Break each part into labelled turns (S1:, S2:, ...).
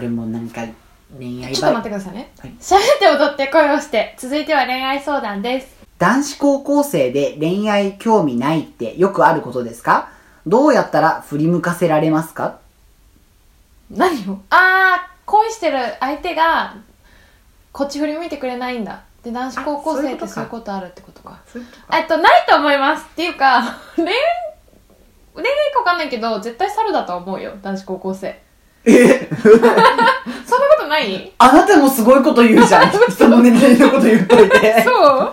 S1: れもなんか恋愛
S2: ちょっと待ってくださいね
S1: はい。
S2: 喋って踊って恋をして。続いては恋愛相談です。
S1: 男子高校生で恋愛興味ないってよくあることですかどうやったら振り向かせられますか
S2: 何をあー、恋してる相手が、こっち振り向いてくれないんだ。で、男子高校生って
S1: あ
S2: そ
S1: そうう
S2: い
S1: いうう
S2: ことあるってことか。えっと、ないと思います。っていうか、 恋、恋愛かわかんないけど、絶対猿だと思うよ。男子高校生。
S1: え
S2: そんなこと ない
S1: あなたもすごいこと言うじ ゃん。人の年齢のこと言っといて
S2: そ。う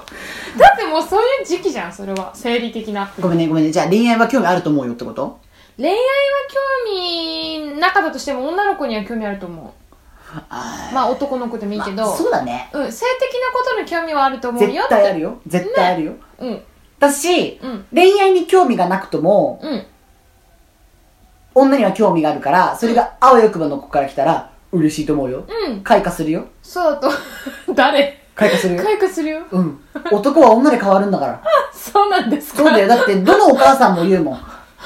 S2: だってもうそういう時期じゃん、それは。生理的な。
S1: ごめんね、ごめんね。じゃあ恋愛は興味あると思うよってこと
S2: 恋愛は興味なかったとしても、女の子には興味あると思
S1: あ
S2: う。まあ、男の子でもいいけど。
S1: まあそうだね。
S2: うん、性的なことに興味はあると思うよっ
S1: 絶
S2: て
S1: 対あるよ。絶対あるよ。
S2: うん
S1: だし、
S2: うん
S1: 恋愛に興味がなくとも、
S2: うん
S1: 女には興味があるから、それがあわよくばの子から来たら、嬉しいと思うよ。
S2: うん
S1: 開花するよ。
S2: そうだと 誰
S1: 開花するよ。
S2: 開花するよ
S1: うん。男は女で変わるんだから。
S2: そうなんです
S1: そ
S2: か
S1: うだよ。だって、どのお母さんも言うもん。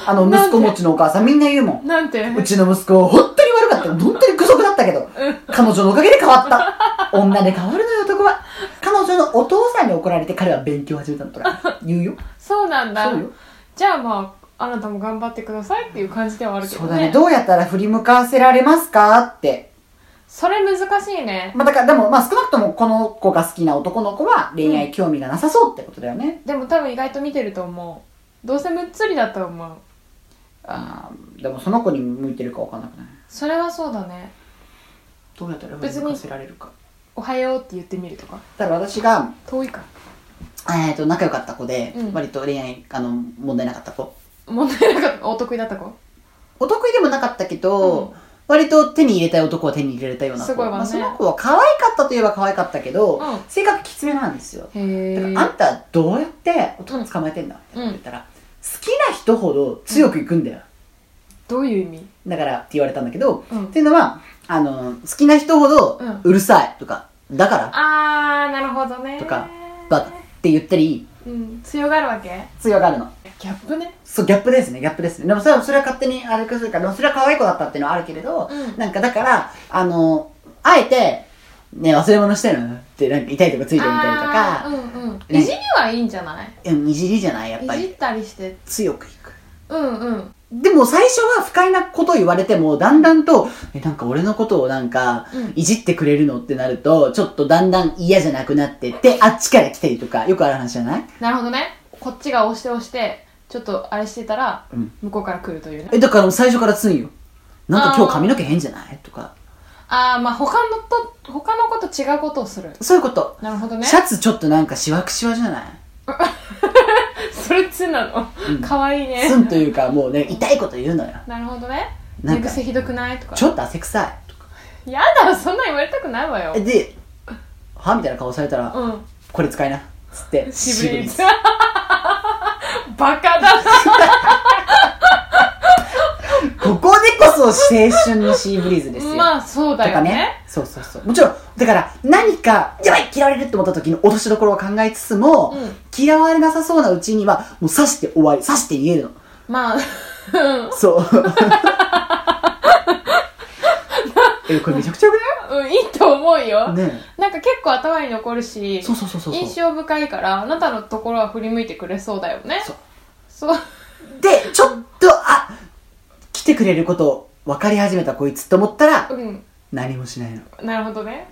S1: あの、
S2: なん
S1: 息
S2: で
S1: 子持ちのお母さんみんな言うもん。
S2: なんて
S1: うちの息子、本当に悪かったよ。本当に愚俗だったけど。彼女のおかげで変わった。女で変わるのよ、男は。彼女のお父さんに怒られて彼は勉強を始めたのとか言うよ。
S2: そうなんだ
S1: そうよ。
S2: じゃあまああなたも頑張ってくださいっていう感じではあるけ
S1: そ
S2: ど
S1: うだね。
S2: ね
S1: どうやったら振り向かせられますかって。
S2: それ難しいね
S1: まあ、だから、でも、まあ、少なくともこの子が好きな男の子は恋愛興味がなさそうってことだよね。
S2: でも多分意外と見てると思うどうせむっつりだと思う
S1: あーでもその子に向いてるかわかんなくない。
S2: それはそうだね
S1: どうやったら
S2: 振り向か
S1: せられるか。
S2: おはようって言ってみるとか
S1: だから私が、
S2: 遠いか
S1: えー、と仲良かった子で、
S2: うん
S1: 割と恋愛あの問題なかった子
S2: 問題なかったお得意だった子
S1: お得意でもなかったけど、
S2: うん
S1: 割と手に入れたい男を手に入れれたような子
S2: すごいわね
S1: まあ、その子は可愛かったといえば可愛かったけど、
S2: うん
S1: 性格きつめなんですよ
S2: へ
S1: だか
S2: え
S1: らあんたどうやって男捕まえてんだって
S2: うん
S1: 言ったら、好きな人ほど強くいくんだよ、
S2: どういう意味
S1: だからって言われたんだけど、
S2: うん
S1: っていうのはあの好きな人ほど
S2: うん
S1: うるさいとか、だから
S2: あーなるほどね
S1: とかバカって言ったり
S2: うん強がるわけ
S1: 強がるの
S2: ギャップね
S1: そう、ギャップですね、ギャップですね。でもそれは、それは勝手にあれくするから、でもそれは可愛い子だったっていうのはあるけれど、
S2: うん
S1: なんかだから、あの、あえて、ね、忘れ物してるのって、なんか痛いとこついてみたりと
S2: あ
S1: か、
S2: ーうんうん
S1: ね
S2: いじりはいいんじゃない
S1: うん、いじりじゃないやっぱ
S2: いじ
S1: り。
S2: ったりして
S1: 強くいく。
S2: うんうん
S1: でも最初は不快なことを言われても、だんだんと、え、なんか俺のことをなんか
S2: うん、
S1: いじってくれるのってなると、ちょっとだんだん嫌じゃなくなってって、あっちから来たりとか、よくある話じゃない
S2: なるほどねこっちが押して押してちょっとあれしてたら、
S1: うん
S2: 向こうから来るというね
S1: え、だからもう最初からつんよ。なんか今日髪の毛変じゃないとか、
S2: ああまあ他のと他のこと違うことをする
S1: そういうこと。
S2: なるほどね
S1: シャツちょっとなんかシワクシワじゃない
S2: それツンなの、
S1: うん
S2: かわいいね
S1: ツンというかもうね痛いこと言うのよ
S2: なるほどね
S1: なん
S2: 寝
S1: か
S2: 癖ひどくないとか
S1: ちょっと汗臭いとか
S2: やだそんなん言われたくないわよ
S1: えではみたいな顔されたら、
S2: うん
S1: これ使いなっつって
S2: 渋い
S1: です
S2: バカだな
S1: ここでこそ青春のシーブリーズですよ、
S2: まあそうだ
S1: と
S2: よ
S1: か
S2: ね
S1: ねそうそうそうもちろんだから何かやばい嫌われるって思った時の落としどころを考えつつも、
S2: うん
S1: 嫌われなさそうなうちにはもう刺して終わり刺して言えるの
S2: まあうん
S1: そう えこれめちゃくちゃよく
S2: うんいいと思うよ、
S1: ないね
S2: なんか結構頭に残るし
S1: えそうそうそうそうそう
S2: 印象深いからあなたのところは振り向いてくれそうだよね
S1: そう
S2: そう
S1: で、ちょっと、あ、来てくれることを分かり始めたこいつと思ったら、
S2: うん
S1: 何もしないの。
S2: なるほどね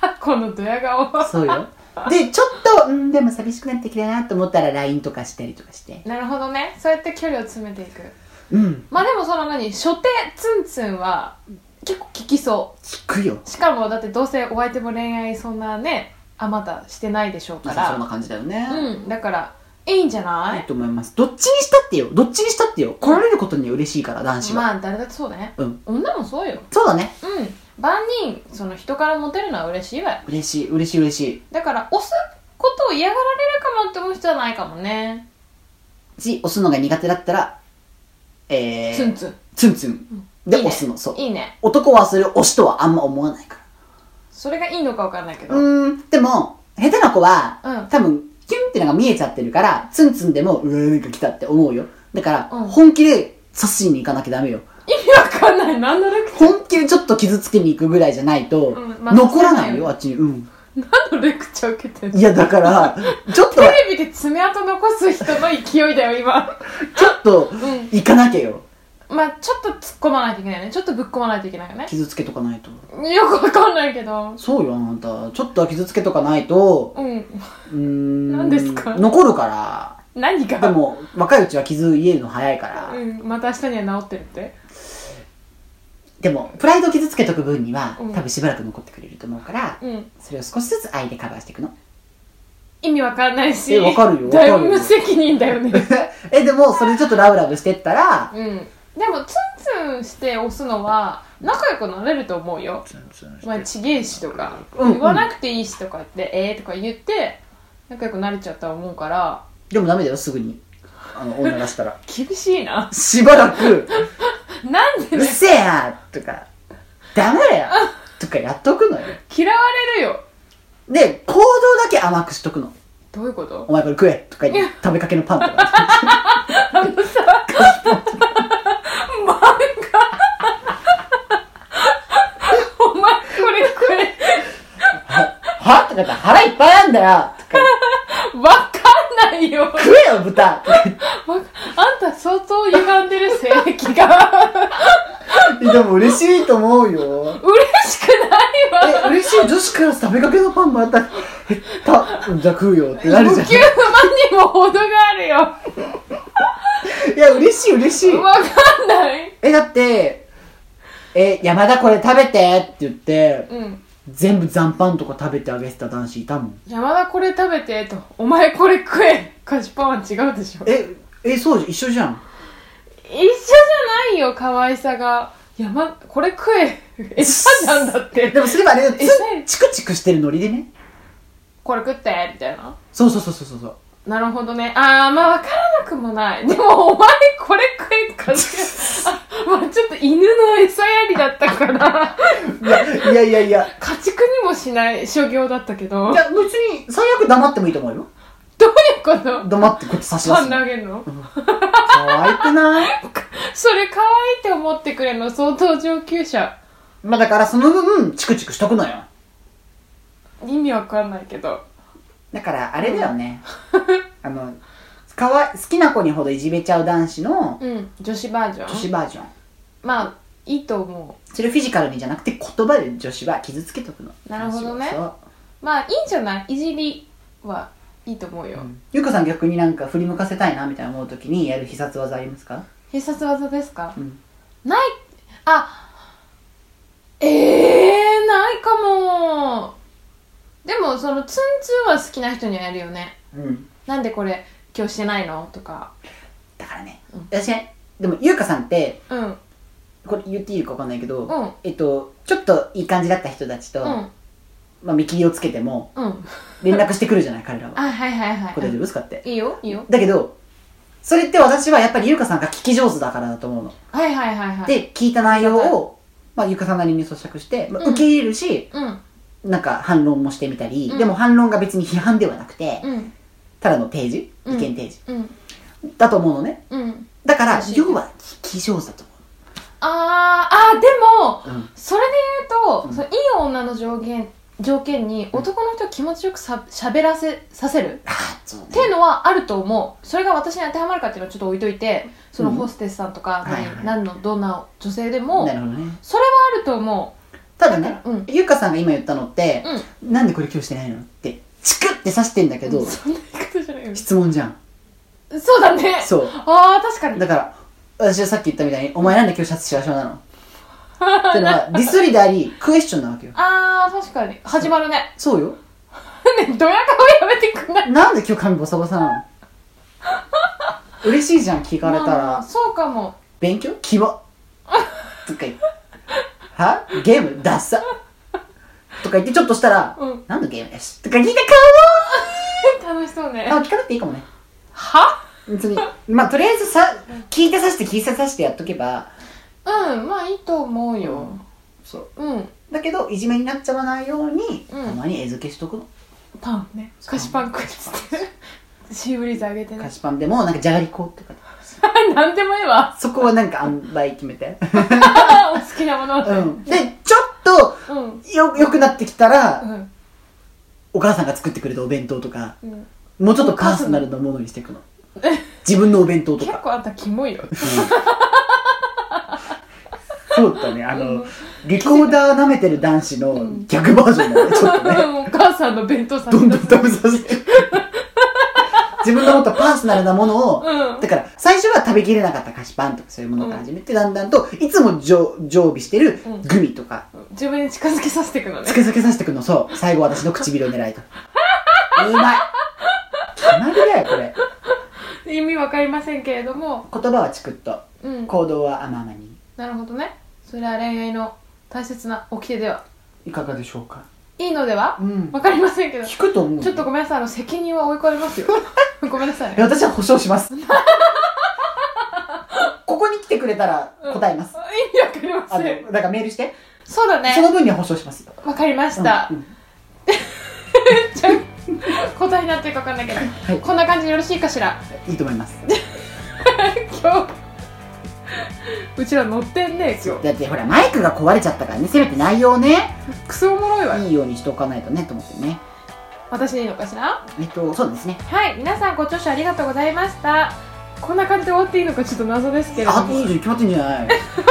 S2: このドヤ顔は
S1: そうよ。で、ちょっと、うん、でも寂しくなってきたなと思ったら LINE とかしたりとかして。
S2: なるほどねそうやって距離を詰めていく
S1: うん。
S2: まあでもその何初手ツンツンは結構効きそ
S1: 聞くよ。
S2: うしかもだってどうせお相手も恋愛そんなねあまたしてないでしょうか
S1: なさそうな
S2: ら
S1: 感じだよね。
S2: うんだからいいんじゃない
S1: い
S2: い
S1: と思います。どっちにしたってよ。どっちにしたってよ。来られることには嬉しいから、男子は。
S2: まあ誰だってそうだね
S1: うん。
S2: 女もそうよ
S1: そうだね。
S2: うん万人その人からモテるのは嬉しいわよ
S1: 嬉しい、嬉しい、嬉し
S2: だから押すことを嫌がられるかもって思う人はないかもね
S1: い。し、押すのが苦手だったら、えー、
S2: ツンツン
S1: ツンツン。で、
S2: いいね
S1: 押すの、そう。
S2: いいね
S1: 男はそれを押しとはあんま思わないから。
S2: それがいいのかわからないけど、
S1: うーん、でも、下手な子は、
S2: うん
S1: 多分、キュンってのが見えちゃってるから、ツンツンでも、うーん、なんか来たって思うよ。だから、
S2: うん
S1: 本気で刺しに行かなきゃダメよ。
S2: 意味わかかんない。何のレクチャー
S1: 本気でちょっと傷つけに行くぐらいじゃないと、
S2: うんまあ
S1: 残らないよ、
S2: そうだよね
S1: あっちに。うん。
S2: 何のレクチャー受けてんの
S1: いや、だ から、ちょっと、
S2: テレビで爪痕残す人の勢いだよ、今。
S1: ちょっと、
S2: うん。
S1: 行かなきゃよ。
S2: まあちょっと突っ込まないといけないよね。ちょっとぶっ込まないといけないよね。
S1: 傷つけとかないと。
S2: よくわかんないけど。
S1: そうよ、あなた。ちょっとは傷つけとかないと、
S2: うん。
S1: うーん。
S2: 何ですか
S1: 残るから。
S2: 何が
S1: でも、若いうちは傷癒えるの早いから。
S2: うん。また明日には治ってるって。
S1: でも、プライドを傷つけとく分には、
S2: うん
S1: 多分しばらく残ってくれると思うから、
S2: うん。
S1: それを少しずつ愛でカバーしていくの。
S2: 意味わかんないし。
S1: えわかるよ
S2: だい
S1: わか
S2: ぶ
S1: るよ
S2: 無責任だよね。
S1: え、でも、それでちょっとラブラブしてったら、
S2: うん。でも、ツンツンして押すのは、仲良くなれると思うよ。まあ、ちげえしとか、
S1: うん
S2: 言わなくていいしとか言って、ええー、とか言って、仲良くなれちゃったと思うから、
S1: でもダメだよ、すぐに。あの、女がしたら。
S2: 厳しいな。
S1: しばら く、
S2: なん
S1: う
S2: で
S1: っ
S2: ね、
S1: せえなとか、ダメだよとかやっとくのよ。
S2: 嫌われるよ。
S1: で、行動だけ甘くしとくの。
S2: どういうこと
S1: お前これ食えとか言って、食べかけのパンとか。
S2: 漫画お前、これこれ、
S1: はとか言って、腹いっぱいなんだよとか
S2: わかんないよ。
S1: 食えよ、豚とか言っ
S2: わかあんた相当歪んでる性 癖が。
S1: てでも嬉し いと思うよ。
S2: 嬉しくないわ。
S1: え、嬉しい女子から食べかけのパンもらったら、えた、うんじゃあ食うよってな
S2: 無
S1: る
S2: 給
S1: じ
S2: の
S1: ゃん。
S2: 間にも程があるよ。
S1: いや、嬉しい嬉しい。
S2: わかんない。
S1: え、だって、え、山田これ食べてって言って、
S2: うん。
S1: 全部残飯とか食べてあげてた男子いたもん。
S2: 山田これ食べてとお前これ食え菓子パンは違うでしょ
S1: え、え、そうじゃん、一緒じゃん。
S2: 一緒じゃないよ可愛さが山これ食え餌なんだって
S1: でもすればあれ、つ
S2: えそう
S1: チクチクしてるノリでね。
S2: これ食ってみたいな
S1: そうそうそうそうそうそう。
S2: なるほどねああまあ分からなくもないでもお前これ食えかあまあちょっと犬の餌やりだったから
S1: いや、いやいやいや。
S2: 家畜にもしない所業だったけ
S1: い
S2: どどういう
S1: や、別に、最悪黙ってもいいと思うよ。
S2: こと
S1: 黙ってこうやって差し出
S2: パ
S1: す
S2: ン
S1: の。
S2: 投げるの
S1: 可愛くない
S2: それ可愛いって思ってくれるの相当上級者
S1: まあだからその分、チクチクしとくのよ。
S2: 意味わかんないけど
S1: だから、あれだよ ね。あの、かわい好きな子にほどいじめちゃう男子の
S2: うん、女子バージョン
S1: 女子バージョン。
S2: まあいいと思
S1: それフィジカルにじゃなくて言葉で女子は傷つけとくの。
S2: なるほどね
S1: そう
S2: うまあいいんじゃないいじりはいいと思うよ、
S1: ゆうかさん逆になんか振り向かせたいなみたいな思うときにやる必殺技ありますか
S2: 必殺技ですか
S1: うん。
S2: ないあえー、ないかもでもそのツンツンは好きな人にはやるよね
S1: うん。
S2: なんでこれ今日してないのとか
S1: だからね
S2: うん、
S1: 私ね、でもゆうかさんって、
S2: うんうん
S1: これ言っていいかわかんないけど、
S2: うん
S1: えっと、ちょっといい感じだった人たちと、まあ見切りをつけても
S2: うん
S1: 連絡してくるじゃない彼らは。
S2: あはいはいはい
S1: これ大丈夫ですかって。
S2: いいよいいよ
S1: だけど、それって私はやっぱりゆうかさんが聞き上手だからだと思うの。
S2: はいはいはいはい
S1: で、聞いた内容を、まあ、ゆかさんなりに咀嚼して、まあ
S2: うん
S1: 受け入れるし、
S2: うん
S1: なんか反論もしてみたり、
S2: うん
S1: でも反論が別に批判ではなくて、
S2: うん
S1: ただの提示、
S2: う
S1: 意
S2: ん
S1: 見提示、
S2: うん
S1: だと思うのね。
S2: うん
S1: だから
S2: 確、かに
S1: 要は聞き上手だと
S2: あーあーでも
S1: 思う。うん。
S2: それで言うと、
S1: うん
S2: そのいい女の条件条件に
S1: うん
S2: 男の人を気持ちよくさ喋らせさせる
S1: ああ、そうね。
S2: っていうのはあると思うそれが私に当てはまるかっていうのはちょっと置いといてその
S1: うん
S2: ホステスさんとか、
S1: はいはい
S2: 何のどんな女性でも
S1: なるほどね。
S2: それはあると思
S1: ただね、
S2: ううん
S1: ゆかさんが今言ったのって、
S2: うん
S1: なんでこれ今日してないのって、チクって刺してんだけど、
S2: そんな言い方じゃないよ
S1: 質問じゃん。
S2: そうだね
S1: そう。
S2: ああ確かに
S1: だから、私はさっき言ったみたいに、お前なんで今日シャツしわしわ なのってのは、ディスりであり、クエスチョンなわけよ。
S2: ああ確かに始まるね
S1: そうよ。
S2: ねドヤ顔やめてくんない
S1: なんで今日髪ボサボサなの嬉しいじゃん聞かれたら、
S2: まあそうかも
S1: 勉強キモとか言ってはゲームダッサとか言ってちょっとしたら、
S2: うん
S1: 何のゲームやしとか聞いてか
S2: 楽しそうね
S1: わいいあ聞かなくていいかもね
S2: は
S1: 別にまあとりあえずさ聞いてさして聞いてさしてやっとけば
S2: うんまあいいと思うよ
S1: そう
S2: うん
S1: だけどいじめになっちゃわないように、
S2: うん
S1: たまに餌付けしとくの
S2: パンね
S1: そう
S2: 菓子パン食いつってシーブリーズあげて
S1: 菓
S2: ね
S1: 子パン でもなんかじゃがりことか
S2: なんでもいいわ
S1: そこはなんか塩梅決めて
S2: 好きなもの
S1: う
S2: を
S1: ん。で、ちょっ
S2: うん
S1: と、よ、良くなってきた
S2: う
S1: ら、
S2: ん
S1: お母さんが作ってくれたお弁当とか、
S2: うん
S1: もうちょっとパーソナルなものにしていくの。自分のお弁当と
S2: 結
S1: か。
S2: 構あんたキモいよ
S1: そうだね、あ
S2: う
S1: の
S2: ん、
S1: リコーダー舐めてる男子の逆バージョン だね、ちょっとね。
S2: お母さんの弁当さ
S1: どんどん食べさせて。自分のもっとパーソナルなものを、
S2: うん
S1: だから最初は食べきれなかった菓子パンとかそういうものから始めて、だんだんといつも常常備してる
S2: うん
S1: グミとか、
S2: 自分に近づけさせていくのね
S1: つけづけさせてくのそう最後私の唇を狙いとうまい決まりだよこれ
S2: 意味わかりませんけれども
S1: 言葉はチクッと
S2: うん
S1: 行動は甘々に
S2: なるほどねそれは恋愛の大切な掟ではい
S1: かがでしょうか
S2: いいのでは
S1: うん
S2: わかりませんけど
S1: 聞くと思う
S2: ちょっとごめんなさいあの責任は追い込みます よごめんなさい
S1: いや私は保証します ここに来てくれたら答えます、
S2: うん意味わか
S1: あ
S2: りません
S1: のだからメールして、
S2: そうだ
S1: そ
S2: ね
S1: の分には保証しますよ
S2: わかりました、
S1: うんうん
S2: 答えになってるかわかんないけど、
S1: い
S2: こんな感じでよろしいかしら
S1: いいと思います。
S2: 今日うちら乗ってんね今日
S1: だってほら、マイクが壊れちゃったからね、せめて内容をね、
S2: クソおもろいわ
S1: いいようにしておかないとね、と思ってね。
S2: 私でいいのかしら
S1: えっと、そうですね。
S2: はい皆さんご聴取ありがとうございましたこんな感じで終わっていいのかちょっと謎ですけれど
S1: あ、
S2: も
S1: いいじゃん、決まってんじゃない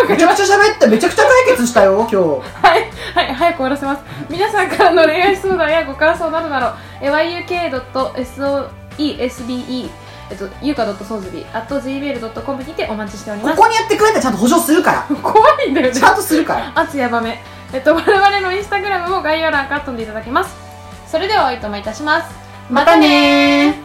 S1: めちゃくちゃ喋った、めちゃくちゃ解決したよ、今日。
S2: はい、はい、早く終わらせます。皆さんからの恋愛相談やご感想などなど、え yuk.soesbe、えっと、ゆか .sozbi、gmail.com にてお待ちしております。
S1: ここにやってくれたらちゃんと保証するから。
S2: 怖いんだよね
S1: ち。ゃんとするから。
S2: 圧やばめ。えっと、我々のインスタグラムも概要欄から飛んでいただけます。それではおいとまいたします。
S1: またねー。